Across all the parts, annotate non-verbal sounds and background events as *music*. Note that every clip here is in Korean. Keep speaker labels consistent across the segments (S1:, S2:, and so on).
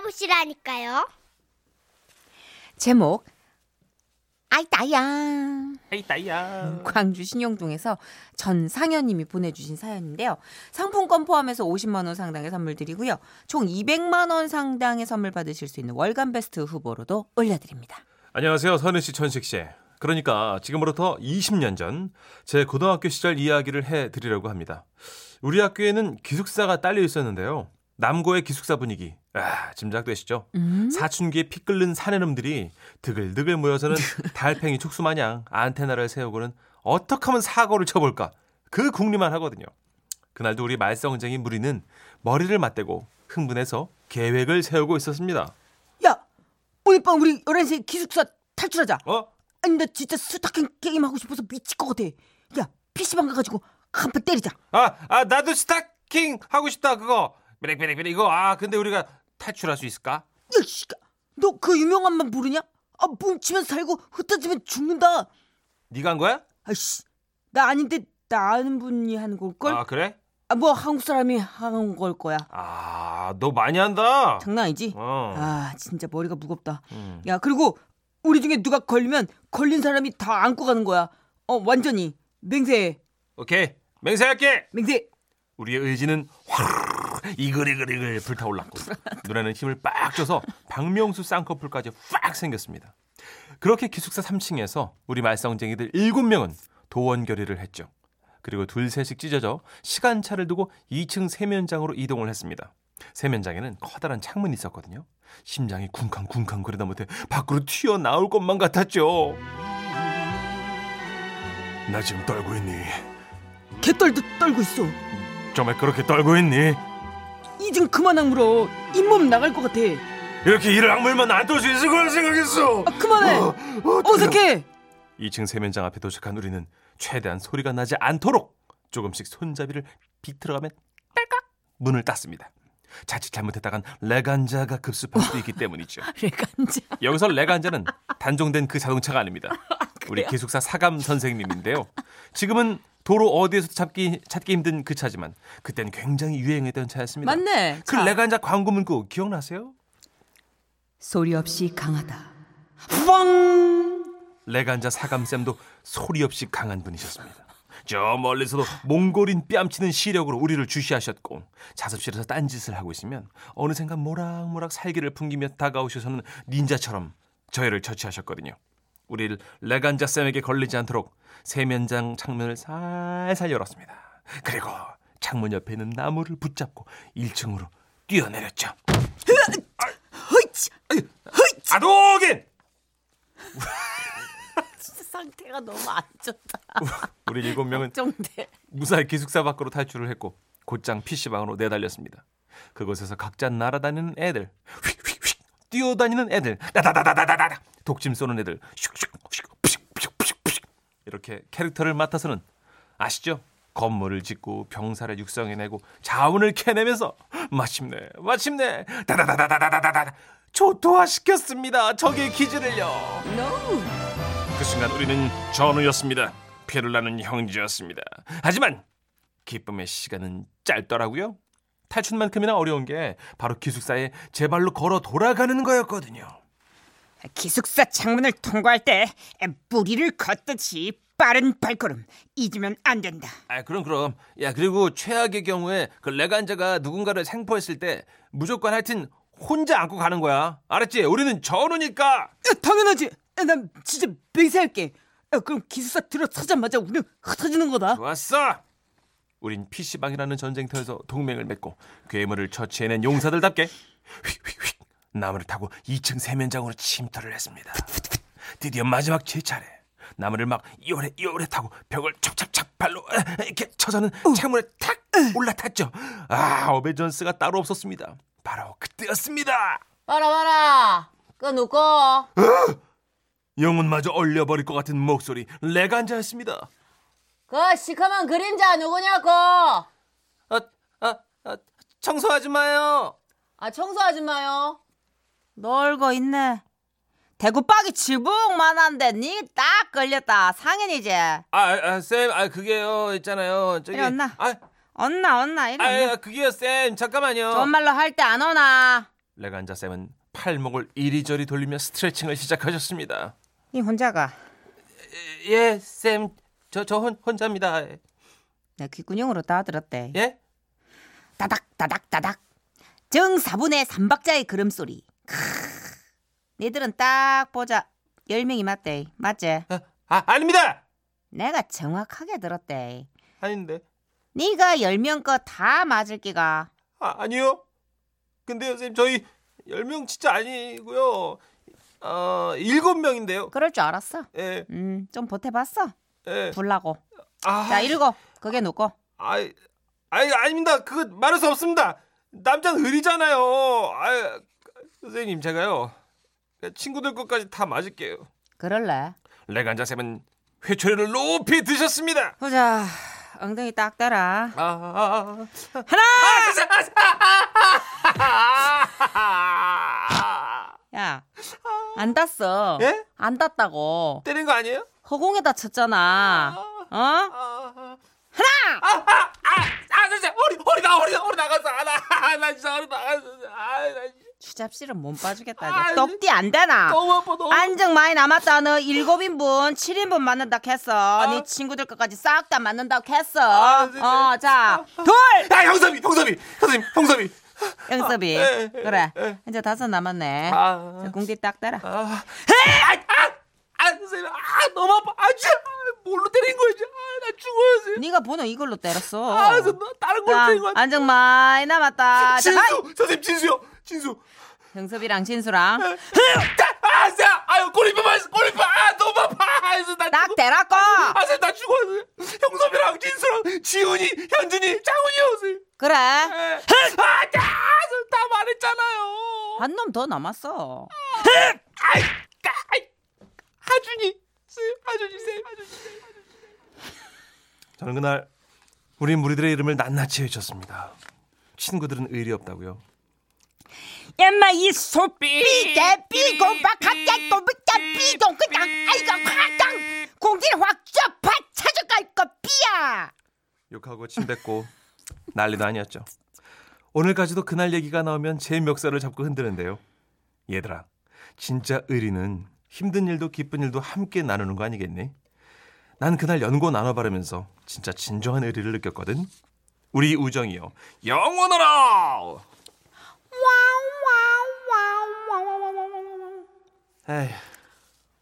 S1: 것이라니까요.
S2: 제목 아이 따야
S3: 아이 따이야.
S2: 광주 신용동에서 전상현님이 보내주신 사연인데요. 상품권 포함해서 50만 원 상당의 선물 드리고요. 총 200만 원 상당의 선물 받으실 수 있는 월간 베스트 후보로도 올려드립니다.
S3: 안녕하세요. 선우 씨, 천식 씨. 그러니까 지금으로부터 20년 전 제 고등학교 시절 이야기를 해 드리려고 합니다. 우리 학교에는 기숙사가 딸려 있었는데요. 남고의 기숙사 분위기. 아, 짐작되시죠? 사춘기에 피 끓는 사내놈들이 드글드글 모여서는 달팽이 축수 마냥 안테나를 세우고는 어떻게 하면 사고를 쳐볼까? 그 궁리만 하거든요. 그날도 우리 말썽쟁이 무리는 머리를 맞대고 흥분해서 계획을 세우고 있었습니다.
S2: 야 오늘 밤 우리 11시 기숙사 탈출하자.
S3: 어?
S2: 아니 나 진짜 수탁행 게임 하고 싶어서 미칠 것 같아. 야 PC방 가가지고 한판 때리자.
S3: 아, 아 나도 스타킹 하고 싶다 그거. 비렉비렉비렉 이거. 아 근데 우리가 탈출할 수 있을까?
S2: 야씨가 너 그 유명한 말 모르냐? 아 뭉치면 살고 흩어지면 죽는다.
S3: 네가 한 거야?
S2: 아씨 나 아닌데 나 아는 분이 하는 걸걸?
S3: 아 그래?
S2: 아 뭐 한국 사람이 한 걸 거야.
S3: 아 너 많이 한다.
S2: 장난 아니지?
S3: 어.
S2: 아 진짜 머리가 무겁다.
S3: 음.
S2: 야 그리고 우리 중에 누가 걸리면 걸린 사람이 다 안고 가는 거야. 어 완전히 맹세
S3: 오케이 맹세할게.
S2: 맹세.
S3: 우리의 의지는 화르르 이글이글이글 불타올랐고 눈에는 힘을 빡 줘서 박명수 쌍꺼풀까지 빡 생겼습니다. 그렇게 기숙사 3층에서 우리 말썽쟁이들 7명은 도원결의를 했죠. 그리고 둘 셋씩 찢어져 시간차를 두고 2층 세면장으로 이동을 했습니다. 세면장에는 커다란 창문이 있었거든요. 심장이 쿵쾅쿵쾅 거리다 못해 밖으로 튀어나올 것만 같았죠. 나 지금 떨고 있니?
S2: 개떨도 떨고 있어.
S3: 정말 그렇게 떨고 있니?
S2: 이젠 그만 악물어. 잇몸 나갈 것 같아.
S3: 이렇게 일을 악물면 안 떨 수 있을 거라 생각했어.
S2: 아 그만해. 어색해.
S3: 2층 세면장 앞에 도착한 우리는 최대한 소리가 나지 않도록 조금씩 손잡이를 비틀어가며 딸깍 문을 땄습니다. 자칫 잘못했다간 레간자가 급습할 수도 있기 때문이죠.
S2: 레간자.
S3: 여기서 레간자는 단종된 그 자동차가 아닙니다. 우리 기숙사 사감 선생님인데요. 지금은 도로 어디에서 찾기, 찾기 힘든 그 차지만 그땐 굉장히 유행했던 차였습니다.
S2: 맞네.
S3: 그 레간자 광고 문구 기억나세요?
S2: 소리 없이 강하다. 후방.
S3: 레간자 사감쌤도 소리 없이 강한 분이셨습니다. 저 멀리서도 몽골인 뺨치는 시력으로 우리를 주시하셨고 자습실에서 딴짓을 하고 있으면 어느샌가 모락모락 살기를 풍기며 다가오셔서는 닌자처럼 저희를 처치하셨거든요. 우리를 레간자 쌤에게 걸리지 않도록 세면장 창문을 살살 열었습니다. 그리고 창문 옆에 있는 나무를 붙잡고 1층으로 뛰어내렸죠.
S2: 허이치.
S3: 아도겐!
S2: 상태가 너무 안 좋다.
S3: 우리 일곱 명은
S2: 정대.
S3: 무사히 기숙사 밖으로 탈출을 했고 곧장 PC방으로 내달렸습니다. 그곳에서 각자 날아다니는 애들, 휙휙휙 뛰어다니는 애들, 다다다다다다다 독침 쏘는 애들, 슉슉슉 푸슉푸슉푸슉 이렇게 캐릭터를 맡아서는 아시죠? 건물을 짓고 병사를 육성해내고 자원을 캐내면서 마침내 마침내 다다다다다다다다 조토화시켰습니다. 적의 기지를요.
S2: No.
S3: 그 순간 우리는 전우였습니다. 피를 나는 형제였습니다. 하지만 기쁨의 시간은 짧더라고요. 탈출만큼이나 어려운 게 바로 기숙사에 제 발로 걸어 돌아가는 거였거든요.
S4: 기숙사 창문을 통과할 때 뿌리를 걷듯이 빠른 발걸음 잊으면 안 된다.
S3: 아 그럼 그럼. 야 그리고 최악의 경우에 그 레간자가 누군가를 생포했을 때 무조건 하여튼 혼자 안고 가는 거야. 알았지? 우리는 전우니까.
S2: 야, 예, 당연하지. 야, 난 진짜 맹세할게. 야, 그럼 기숙사 들어서자마자 우리는 흩어지는 거다.
S3: 왔어. 우린 PC방이라는 전쟁터에서 동맹을 맺고 괴물을 처치해낸 용사들답게 휙휙휙 나무를 타고 2층 세면장으로 침투를 했습니다. 드디어 마지막 제 차례. 나무를 막 요래 요래 타고 벽을 찹찹찹 발로 이렇게 쳐서는 창문에 탁 올라탔죠. 아, 어베전스가 따로 없었습니다. 바로 그때였습니다.
S5: 봐라 봐라 끊고
S3: 영혼마저 얼려버릴 것 같은 목소리 레간자였습니다.
S5: 그 시커먼 그림자 누구냐고
S3: 아, 아, 아, 청소하지 마요.
S5: 아 청소 아줌마요
S2: 널거 있네. 대구 빡이 지붕만한데 니 딱 걸렸다. 상현이지.
S3: 아, 아, 쌤, 아, 그게요, 있잖아요. 저기.
S2: 이리 왔나?
S3: 아,
S2: 언나 언나 이리.
S3: 아, 아, 그게요, 쌤. 잠깐만요.
S2: 말로 할 때 안 오나.
S3: 레간자 쌤은 팔목을 이리저리 돌리며 스트레칭을 시작하셨습니다.
S6: 이 혼자가
S3: 예, 쌤. 저, 저 혼, 혼자입니다.
S2: 나 귓구녕으로 따들었대.
S3: 예?
S2: 따닥 따닥 따닥. 정 4분의 3박자의 걸음소리. 크으. 니들은 딱 보자. 10명이 맞대. 맞지?
S3: 아, 아, 아닙니다!
S2: 내가 정확하게 들었대.
S3: 아닌데.
S2: 네가 10명 거 다 맞을 끼가.
S3: 아, 아니요. 근데요, 쌤, 저희 10명 진짜 아니고요. 어, 7명인데요.
S2: 그럴 줄 알았어.
S3: 예,
S2: 음, 좀 보태봤어.
S3: 예.
S2: 불라고.
S3: 아,
S2: 자, 읽어. 그게 놓고.
S3: 아, 아, 아닙니다. 그거 말할 수 없습니다. 남자는 의리잖아요. 아, 선생님, 제가요. 친구들 것까지 다 맞을게요.
S2: 그럴래.
S3: 레간자 쌤은 회초리를 높이 드셨습니다.
S2: 보자. 엉덩이 딱 따라.
S3: 아, 아,
S2: 하나!
S3: 아.
S2: 야, 안 땄어.
S3: 예?
S2: 안 땄다고.
S3: *laughs* 때린 거 아니에요?
S2: 허공에다 쳤잖아. 어?
S3: 하나! 아, 아, 아, 아, 진짜 허리, 허리 나, 허리 나, 허리 나갔어. 아, 나, 아, 나 진짜 허리 나갔어. 아, 나 진짜
S2: 추잡실은 못 빠지겠다.
S3: 아이,
S2: 이제. 떡띠 안 되나?
S3: 너무 아파, 너무.
S2: 안정 많이 남았다. 너 일곱 인분, 칠인분 맞는다 했어. 네 친구들 것까지 싹 다 맞는다 했어.
S3: 아, 진짜.
S2: 어, 자, 둘!
S3: 아, 형섭이, 형섭이, 선생님, 형섭이.
S2: 영섭이.
S3: 아, 예, 예,
S2: 그래.
S3: 예.
S2: 이제 다섯 남았네.
S3: 아.
S2: 자, 궁디 딱 따라.
S3: 아, 아, 아, 아, 선생님, 아, 너무 아파. 아, 진짜 아, 뭘로 때린 거야, 진짜. 아, 나 죽어요, 선생님.
S2: 네가 번호 이걸로 때렸어.
S3: 아, 저, 나 다른 걸로 때린 거 같아.
S2: 안정 많이 남았다. 자,
S3: 진수,
S2: 아이,
S3: 선생님, 진수요, 진수.
S2: 영섭이랑 진수랑.
S3: 자, 아, 쌤, 아유, 꼬리뼈 맞았어, 꼬리뼈. 아, 너무 아파. 아, 선생님, 나
S2: 딱
S3: 죽어.
S2: 대라고
S3: 아, 선생님, 나 죽어. 선생님. 형섭이랑 진수랑 지훈이, 현준이, 장훈이요, 선생님.
S2: 그래
S3: 예. 아, 자, 선생님, 다 말했잖아요.
S2: 한 놈 더 남았어
S3: 아이, 까, 아이, 하준이, 쌤, 하준이, 쌤, 하준이, 쌤. 저는 그날 우리 무리들의 이름을 낱낱이 외쳤습니다. 친구들은 의리 없다고요.
S6: 엄마 이 소삐
S2: 개삐 공파 갑자기 또 묻자 삐동 그냥 아이고 화장 공기를 확 쪄파 찾아갈 거 삐야
S3: 욕하고 침 *laughs* 뱉고 난리도 아니었죠. 오늘까지도 그날 얘기가 나오면 제 멱살을 잡고 흔드는데요. 얘들아, 진짜 의리는 힘든 일도 기쁜 일도 함께 나누는 거 아니겠니? 난 그날 연고 나눠 바르면서 진짜 진정한 의리를 느꼈거든. 우리 우정이요. 영원하라! 에휴,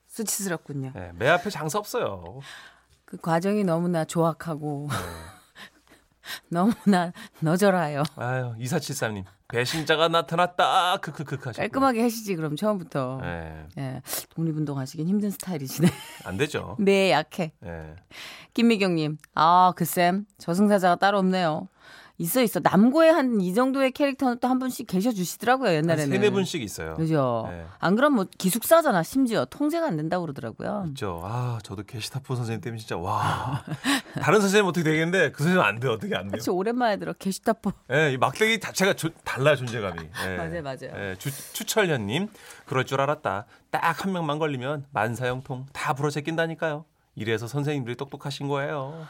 S2: 수치스럽군요
S3: 예, 매 앞에 장사 없어요.
S2: 네. 그 과정이 너무나 조악하고 *laughs* 너무나 너절하여
S3: 아유, 2473님. 배신자가 나타났다. 크크크 하셨
S2: 깔끔하게 하시지 그럼 처음부터
S3: 예,
S2: 예, 독립운동 하시긴 힘든 스타일이시네 *laughs*
S3: 안 되죠.
S2: 네 약해
S3: 예.
S2: 김미경님, 아, 그쌤, 저승사자가 따로 없네요. 있어, 있어. 남고에 한 이 정도의 캐릭터는 또 한 분씩 계셔주시더라고요,
S3: 한
S2: 옛날에는.
S3: 세네 분씩 있어요.
S2: 그죠?
S3: 네.
S2: 안 그럼 뭐 기숙사잖아, 심지어. 통제가 안 된다고 그러더라고요.
S3: 있죠. 아, 저도 게시타포 선생님 때문에 진짜 와. 다른 선생님 어떻게 되겠는데 그 선생님 안 돼. 어떻게 안 돼요?
S2: 같이 오랜만에 들어, 게시타포.
S3: 예, 이 막대기 자체가 조- 달라요, 존재감이.
S2: *laughs*
S3: 예.
S2: 맞아요, 맞아요.
S3: 예, 주, 추철현 님. 그럴 줄 알았다. 딱 한 명만 걸리면 만사형통 다 부러져 낀다니까요. 이래서 선생님들이 똑똑하신 거예요.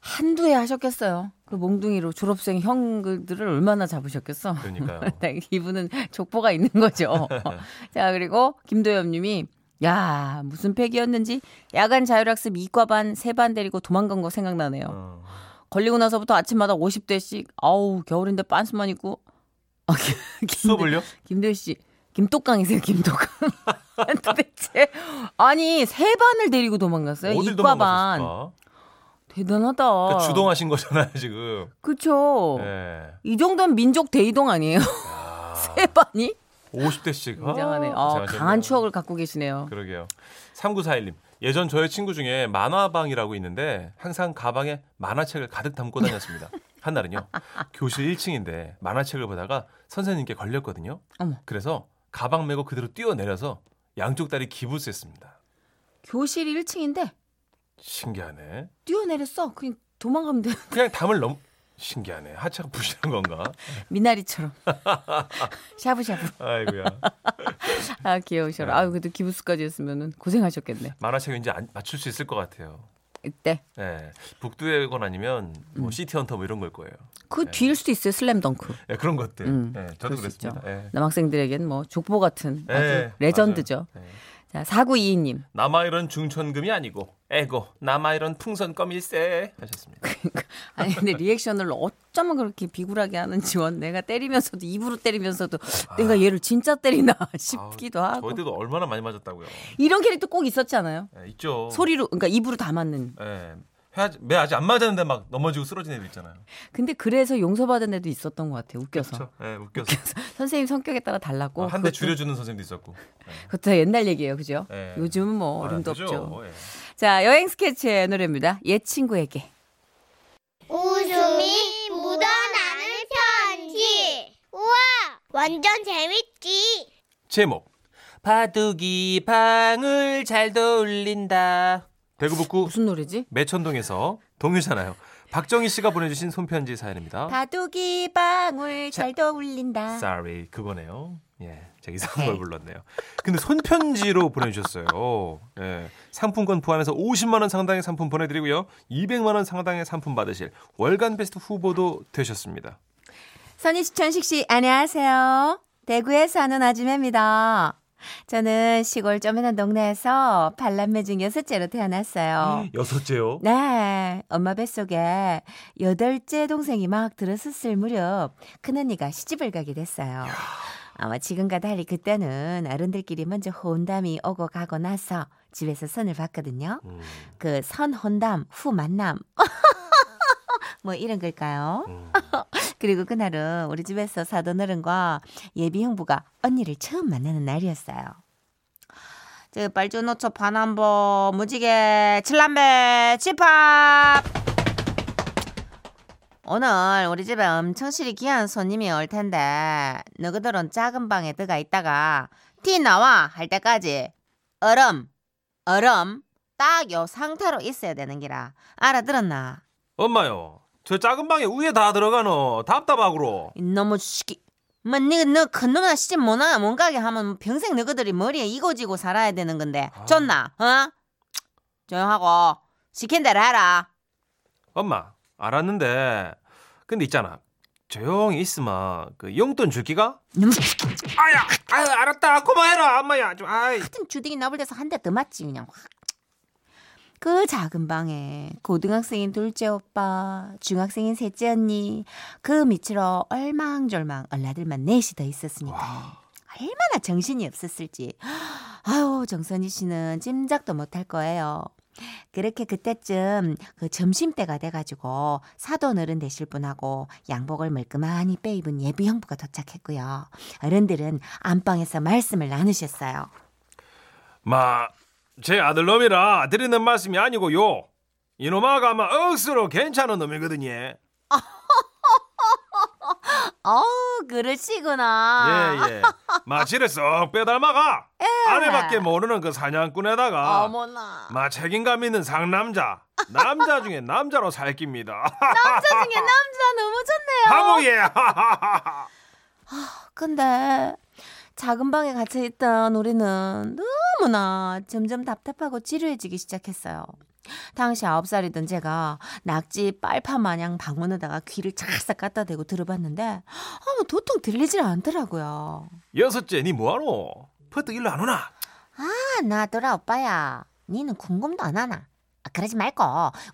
S2: 한두 해 하셨겠어요. 그 몽둥이로 졸업생 형들을 얼마나 잡으셨겠어. *laughs*
S3: 그러니까요.
S2: 네, 이분은 족보가 있는
S3: *laughs*
S2: 거죠. 자, 그리고 김도엽 님이 야, 무슨 팩이었는지 야간 자율학습 이과반 세 반 데리고 도망간 거 생각나네요.
S3: 어.
S2: 걸리고 나서부터 아침마다 50대씩 아우 겨울인데 빤스만 입고 아, 김- 김-
S3: 수업을요?
S2: 김도희 씨 김똑강이세요 *laughs* 김똑강 도대체 아니 세 반을 데리고 도망갔어요
S3: 어딜
S2: 네, 이과반 어.
S3: 도망가셨을까?
S2: 대단하다
S3: 그러니까 주동하신 거잖아요, 지금.
S2: 그쵸
S3: 예.
S2: 이 정도면 민족 대이동 아니에요
S3: 아,
S2: *laughs* 세 반이
S3: 50대씩.
S2: 굉장하네 어, 강한 추억을 갖고 계시네요
S3: 그러게요. 3941님. 예전 저의 친구 중에 만화방이라고 있는데 항상 가방에 만화책을 가득
S2: *laughs*
S3: 담고 다녔습니다. 한날은요. 교실 1층인데 만화책을 보다가 선생님께 걸렸거든요.
S2: 어머.
S3: 그래서 가방 메고 그대로 뛰어내려서 양쪽 다리 기부스했습니다.
S2: 교실 1층인데
S3: 신기하네.
S2: 뛰어내렸어 그냥 도망가면 돼 *laughs*
S3: 그냥 담을 넘 신기하네. 하체가 부실한 건가?
S2: 미나리처럼 *laughs* 샤브샤브
S3: 아이고야.
S2: 아 귀여우셔라 아유 그래도 기부스까지 했으면 고생하셨겠네
S3: 만화책 왠지 안- 맞출 수 있을 것 같아요.
S2: 이때
S3: 예, 북두의건 아니면
S2: 음.
S3: 뭐 시티 헌터 뭐 이런 걸 거예요.
S2: 그 뒤일 수도 있어요. 슬램덩크.
S3: 예, 그런 것들.
S2: 음,
S3: 예,
S2: 그럴
S3: 저도
S2: 수
S3: 그랬습니다.
S2: 있죠.
S3: 예.
S2: 남학생들에겐 뭐 족보 같은 아주
S3: 예,
S2: 레전드죠.
S3: 맞아요. 예.
S2: 자, 4922님. *laughs*
S3: 남아 이런 중천금이 아니고 에고 남아 이런 풍선껌일세 하셨습니다.
S2: 아니 근데 리액션을 어쩌면 그렇게 비굴하게 하는지 원 내가 때리면서도 입으로 때리면서도 내가 얘를 진짜 때리나 *laughs* 싶기도
S3: 아우,
S2: 하고
S3: 아. 저희 때도 얼마나 많이 맞았다고요.
S2: 이런 캐릭터 꼭 있었잖아요.
S3: 예, 있죠.
S2: 소리로 그러니까 입으로 다 맞는.
S3: 예. 해야지- 매 아직 안 맞았는데 막 넘어지고 쓰러진 애들 있잖아요.
S2: 근데 그래서 용서받은 애도 있었던 것 같아요. 웃겨서
S3: 그렇죠. 예, 웃겨서.
S2: *laughs* 선생님 성격에 따라 달랐고
S3: 아, 한 대
S2: 그것도-
S3: 줄여주는 선생님도 있었고. 예.
S2: 그것도 옛날 얘기예요, 그죠?
S3: 예.
S2: 요즘은 뭐
S3: 아,
S2: 어림도
S3: 그죠?
S2: 없죠.
S3: 예.
S2: 자 여행 스케치의 노래입니다. 옛 친구에게.
S1: 웃음이 묻어나는 편지. 우와, 완전 재밌지.
S3: 제목 바둑이 방을 잘 돌린다. 대구 북구
S2: 무슨 노래지?
S3: 매천동에서 동유잖아요. 박정희 씨가 보내주신 손편지 사연입니다.
S7: 바둑이 방울 잘 떠올린다.
S3: Sorry 그거네요. 예, 제가 이상한 걸 불렀네요. 근데 손편지로 보내주셨어요. 예, 상품권 포함해서 50만 원 상당의 상품 보내드리고요, 200만 원 상당의 상품 받으실 월간 베스트 후보도 되셨습니다.
S7: 선희 씨, 천식 씨, 안녕하세요. 대구에 사는 아줌입니다. 저는 시골 쪼매난 동네에서 반란매 중에 셋째로
S2: 아.
S7: 태어났어요.
S3: 여섯째요.
S7: 네, 엄마 뱃속에 여덟째 동생이 막 들었을 무렵 큰언니가 시집을 가게 됐어요. 아마 지금과 달리 그때는 어른들끼리 먼저 혼담이 오고 가고 나서 집에서 선을 봤거든요.
S3: 음,
S7: 그 선혼담 후 만남 *laughs* 뭐 이런 걸까요? *laughs*
S3: 음.
S7: 그리고 그날은 우리 집에서 사돈 어른과 예비 형부가 언니를 처음 만나는 날이었어요. 저 빨주노초 반한보 무지개 칠남배 집합 오늘 우리 집에 엄청 실이 귀한 손님이 올 텐데 너희들은 작은 방에 들어가 있다가 티 나와 할 때까지 얼음 얼음 딱 요 상태로 있어야 되는 기라 알아들었나?
S3: 엄마요. 저 작은 방에 우에 다 들어가노. 답답하구로.
S7: 너무 시기. 뭐, 니, 너, 큰 놈이나 시집 못, 나, 못 가게 하면 평생 너희들이 머리에 이고 지고 살아야 되는 건데. 좋나, 어? 조용하고, 시킨 대로 해라.
S3: 엄마 알았는데 근데 있잖아 조용히 있으면 그 용돈 줄기가
S7: 너무
S3: 아야 아유 알았다 고마해라 엄마야 좀 아이
S7: 같은 주둥이 나불 대서 한 대 더 맞지, 그냥. 확. 그 작은 방에 고등학생인 둘째 오빠, 중학생인 셋째 언니, 그 밑으로 얼망졸망 얼라들만 넷이 더 있었으니까. 얼마나 정신이 없었을지. 아유, 정선희 씨는 짐작도 못할 거예요. 그렇게 그때쯤 그 점심때가 돼가지고 사돈 어른 되실 분하고 양복을 멀끔하니 빼입은 예비 형부가 도착했고요. 어른들은 안방에서 말씀을 나누셨어요.
S3: 마제 아들놈이라 드리는 말씀이 아니고요 이놈아가 아마 억수로 괜찮은 놈이거든요
S7: 어우, 그러시구나.
S3: 예예 마치를 쏙 빼닮아가 아내밖에 모르는 그 사냥꾼에다가
S7: 예. 어머나.
S3: 마 책임감 있는 상남자
S7: *laughs*
S3: 남자 중에 남자로 살깁니다
S7: 아.
S3: *laughs* 남자 중에
S7: 남자 너무 좋네요.
S3: 하모예
S7: 근데 작은 방에 갇혀 있던 우리는 너무나 점점 답답하고 지루해지기 시작했어요. 당시 아홉 살이던 제가 낙지 빨파 마냥 방문에다가 귀를 착싹 갖다 대고 들어봤는데 아무 도통 들리질 않더라고요.
S3: *laughs* 여섯째 니 뭐하노? 퍼뜩 일로 안 오나?
S7: 아, 나더라 오빠야. 니는 궁금도 안 하나. 아, 그러지 말고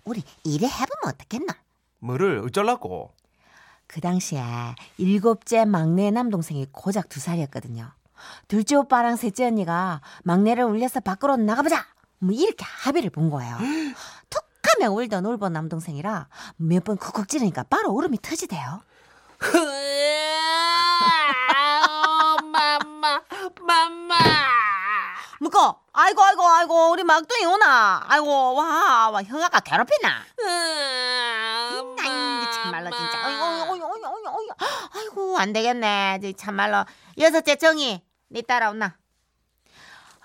S7: 우리 일해 해보면 어떻겠나?
S3: 뭐를 어쩔라고?
S7: 그 당시에 일곱째 막내 남동생이 고작 두 살이었거든요. 둘째 오빠랑 셋째 언니가 막내를 울려서 밖으로 나가보자! 뭐 이렇게 합의를 본 *gasps* 거예요. 툭 하면 울던 울던 남동생이라 몇 번 쿡쿡 찌르니까 바로 울음이 터지대요.
S2: 그, 아,
S5: 맘마, 맘마.
S7: 묶어! 아이고, 아이고, 아이고, 우리 막둥이 오나! 아이고, 와, 와, 형아가 괴롭히나! 음,
S1: 음,
S7: 아이, 이게 참말로
S2: 음,
S7: 진짜. 어이구, 어이구, 어이구, 어이구, 어이구. 아이고, 안 되겠네. 저기 참말로. 여섯째 정이, 네 따라오나.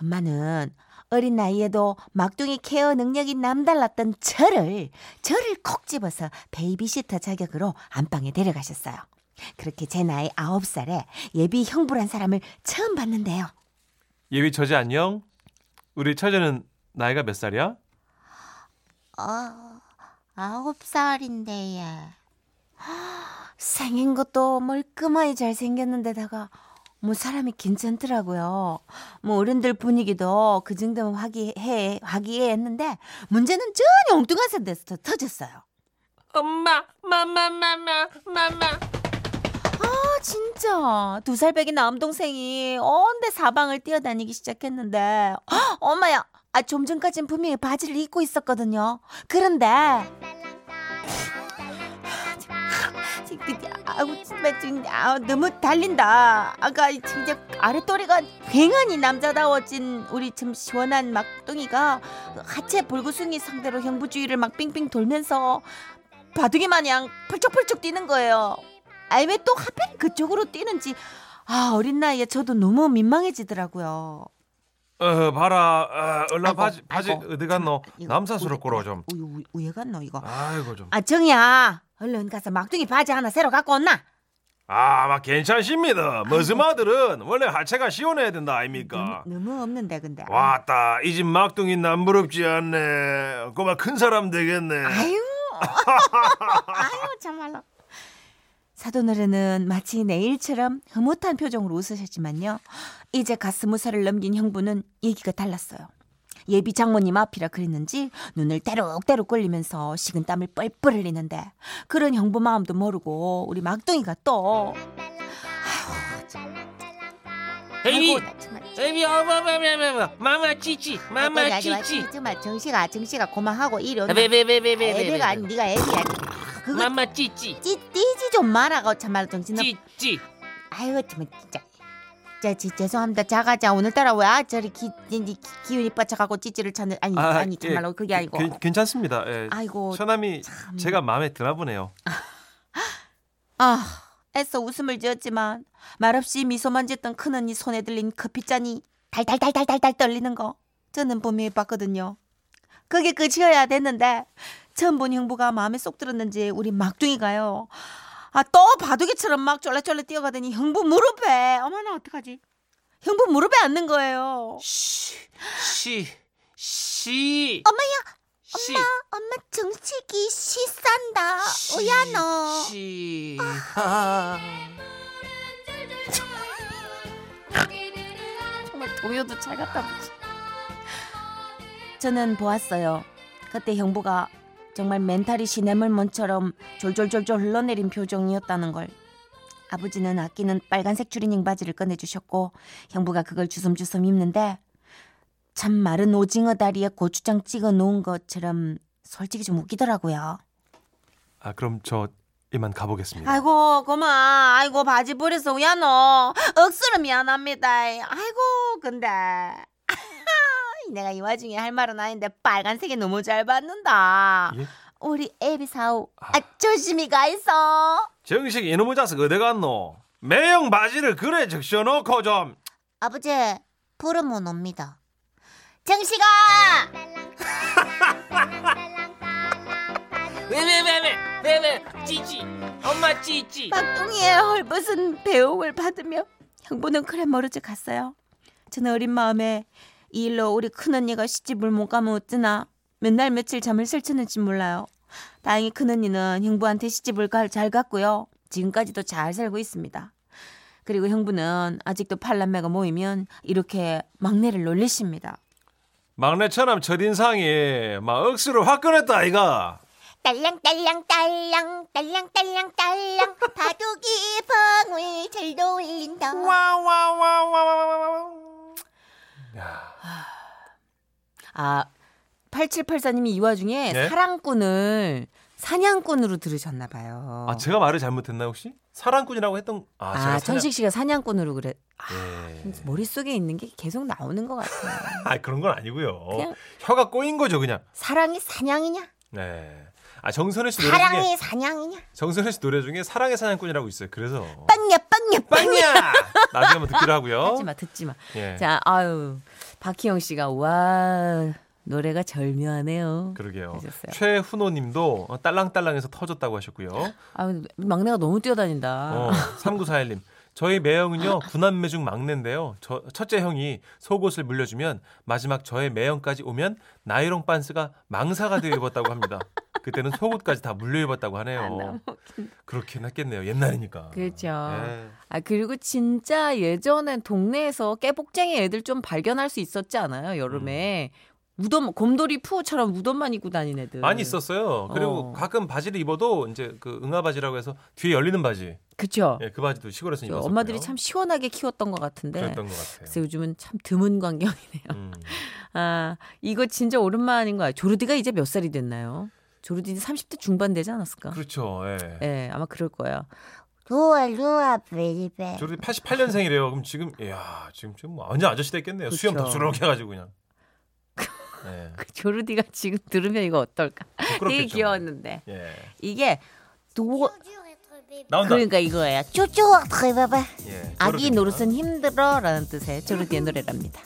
S7: 엄마는 어린 나이에도 막둥이 케어 능력이 남달랐던 저를, 저를 콕 집어서 베이비시터 자격으로 안방에 데려가셨어요. 그렇게 제 나이 아홉 살에 예비 형부란 사람을 처음 봤는데요.
S3: 예비 처제 안녕? 우리 처제는 나이가 몇 살이야?
S1: 어, 아홉 살인데 얘.
S7: 생긴 것도 멀끔하게 잘생겼는데다가 뭐 사람이 괜찮더라고요. 뭐 어른들 분위기도 그 정도면 화기해 화기애애했는데 문제는 전혀 엉뚱한 상태에서 터졌어요.
S2: 엄마, 마마, 마마, 마마.
S7: 아 진짜 두 살 배기 남동생이 언제 사방을 뛰어다니기 시작했는데 헉, 엄마야 아, 좀 전까진 분명히 바지를 입고 있었거든요. 그런데 아우 정말 좀, 아, 너무 달린다. 아까 진짜 아랫도리가 굉장히 남자다워진 우리 참 시원한 막둥이가 하체 볼구숭이 상대로 형부주의를 막 빙빙 돌면서 바둑이 마냥 펄쩍펄쩍 뛰는 거예요. 아니 왜 또 하필 그쪽으로 뛰는지 아 어린 나이에 저도 너무 민망해지더라고요.
S3: 어, 봐라. 어, 얼라
S7: 아이고,
S3: 바지 바지
S7: 아이고.
S3: 어디 갔노?
S7: 이거
S3: 남사스럽고로 좀.
S7: 우유 우유, 우유 갔노 이거.
S3: 아이고 좀.
S7: 아 정이야 얼른 가서 막둥이 바지 하나 새로 갖고 온나.
S3: 아, 막 괜찮습니다. 머스마들은 원래 하체가 시원해야 된다 아닙니까?
S7: 너무, 너무 없는데 근데.
S3: 왔다. 이 집 막둥이 남부럽지 않네. 그만 큰 사람 되겠네.
S6: *laughs*
S7: 아유 아유 정말로. 사돈어른은 마치 내일처럼 흐뭇한 표정으로 웃으셨지만요. 이제 갓 스무 살을 넘긴 형부는 얘기가 달랐어요. 예비 장모님 앞이라 그랬는지 눈을 대룩대룩 꼴리면서 식은 땀을 뻘뻘 흘리는데 그런 형부 마음도 모르고 우리 막둥이가 또
S6: 에미, 에미, 어머, 마마, 마마, 찌찌, 아, 마마, 찌찌.
S1: 정말 정식아 정식아 고마하고 이리 온나.
S6: 베베베베베베.
S1: 애비가 아니 네가 애비야. 그거
S6: 마마, 찌찌,
S1: 찌, 찌지 좀 말아고 참말로 정신 없.
S6: 찌찌.
S1: 아이고 정말 진짜. 자, 지, 죄송합니다. 자가자 오늘따라 왜 아, 저리 기, 기, 기, 기운이 빠져가고 찌찌를 찾는 아니
S3: 아,
S1: 아, 니
S3: 예,
S1: 정말로 그게 아니고
S3: 괜- 괜찮습니다. 예.
S1: 아이고
S3: 처남이 제가 마음에 드나 보네요.
S7: 아 애써 웃음을 지었지만 말없이 미소만 짓던 큰언니 손에 들린 커피잔이 달달달달달달 떨리는 거 저는 분명히 봤거든요. 그게 끝이어야 됐는데 처음 본 형부가 마음에 쏙 들었는지 우리 막둥이가요. 아 또 바둑이처럼 막 쫄래쫄래 뛰어가더니 형부 무릎에 어머나 어떡하지? 형부 무릎에 앉는 거예요.
S6: 시, 시, 시.
S1: 엄마야,
S6: 시,
S1: 엄마 정식이 시싼다.
S6: 시,
S1: 오야 너. 아.
S6: 시. 아.
S2: 정말 도요도 잘 갖다 붙이.
S7: 저는 보았어요. 그때 형부가 정말 멘탈이 시냇물먼처럼 졸졸졸졸 흘러내린 표정이었다는 걸. 아버지는 아끼는 빨간색 추리닝 바지를 꺼내주셨고 형부가 그걸 주섬주섬 입는데 참 마른 오징어 다리에 고추장 찍어 놓은 것처럼 솔직히 좀 웃기더라고요.
S3: 아, 그럼 저 이만 가보겠습니다.
S7: 아이고 고마 아이고 바지 버려서 우야노 억수로 미안합니다 아이고 근데 *laughs* 내가 이 와중에 할 말은 아닌데 빨간색이 너무 잘 받는다
S3: 예?
S7: 우리 애비 사우
S3: 아.
S7: 아, 조심히 가 있어
S3: 정식 이놈의 자식 어디 갔노? 매형 바지를 그래 적셔놓고 좀.
S1: 아버지 부르면 옵니다. 정식아.
S6: 베베베베, 베베, 찌찌. 엄마, 찌찌.
S7: 막둥이의 헐벗은 배웅을 받으며 형부는 그래 모르지 갔어요. 저는 어린 마음에 이 일로 우리 큰언니가 시집을 못 가면 어쩌나 맨날 며칠 잠을 설치는지 몰라요. 다행히 큰언니는 형부한테 시집을 가- 잘 갔고요. 지금까지도 잘 살고 있습니다. 그리고 형부는 아직도 팔남매가 모이면 이렇게 막내를 놀리십니다.
S3: 막내 처남 첫인상이 막 억수로 화끈했다 아이가.
S1: 딸랑딸랑 딸랑 딸랑딸랑 딸랑 바둑이 방울 잘 돌린다.
S7: 아 8784님이 이 와중에
S3: 네?
S7: 사랑꾼을 사냥꾼으로 들으셨나 봐요.
S3: 아 제가 말을 잘못했나 혹시? 사랑꾼이라고 했던 아,
S7: 아,
S3: 제가 사냥-
S7: 천식 씨가 사냥꾼으로 그래. 아,
S3: 예.
S7: 머릿속에 있는 게 계속 나오는 것 같아요.
S3: 아 그런 건 아니고요.
S7: 그냥-
S3: 혀가 꼬인 거죠 그냥.
S1: 사랑이 사냥이냐?
S3: 네. 아 정선혜 씨 노래 중에
S1: 사랑이 사냥이냐?
S3: 정선혜 씨 노래 중에 사랑의 사냥꾼이라고 있어요. 그래서
S7: 빵야 빵야
S3: 빵야 나중에 한번 듣기로 하고요.
S2: 하지 마, 듣지 마.
S3: 예.
S2: 자, 아유. 박희영 씨가 와 노래가 절묘하네요.
S3: 그러게요.
S2: 하셨어요.
S3: 최훈호님도 딸랑딸랑해서 터졌다고 하셨고요.
S2: 아 막내가 너무 뛰어다닌다.
S3: 어, 3941님 저희 매형은요 구남매 중 막내인데요. 저, 첫째 형이 속옷을 물려주면 마지막 저의 매형까지 오면 나이롱 반스가 망사가 되어 입었다고 합니다. 그때는 속옷까지 다 물려 입었다고 하네요. 그렇긴 했겠네요. 옛날이니까.
S2: 아, 그렇죠.
S3: 예.
S2: 아 그리고 진짜 예전엔 동네에서 깨복쟁이 애들 좀 발견할 수 있었지 않아요? 여름에 무덤 곰돌이 푸처럼 무덤만 입고 다니는 애들
S3: 음. 많이 있었어요. 그리고
S2: 어.
S3: 가끔 바지를 입어도 이제 그 응아 바지라고 해서 뒤에 열리는 바지.
S2: 어. 그쵸?
S3: 예, 그 바지도 시골에서
S2: 죠
S3: 입었어요.
S2: 그렇죠. 엄마들이 참 네. 시원하게 키웠던 것 같은데.
S3: 그랬던 것 같아요.
S2: 그래서 요즘은 참 드문 광경이네요. *laughs*
S3: 음.
S2: 아 이거 진짜 오랜만인 거야. 조르디가 이제 몇 살이 됐나요? 조르디 30대 중반 되지 않았을까?
S3: 그렇죠. 예.
S2: 예, 아마 그럴 거예요. *laughs*
S1: 루아 루아 베리베.
S3: 저기 88년생이래요. 그럼 지금 이야 지금 좀 완전 아저씨 됐겠네요. 수염
S2: 그렇죠.
S3: 덕수룩 해가지고
S2: *laughs*
S3: 그냥. 예.
S2: 그 조르디가 지금 들으면 이거 어떨까?
S3: 부끄럽겠죠.
S2: 되게 귀여웠는데
S3: 예.
S2: 이게 노
S3: 나온다.
S2: 그러니까 이거예요.
S1: 쪼쪼 베리베.
S3: 예.
S2: 아기
S3: 저렇게
S2: 노릇은 힘들어라는 뜻의 조르디의 노래랍니다.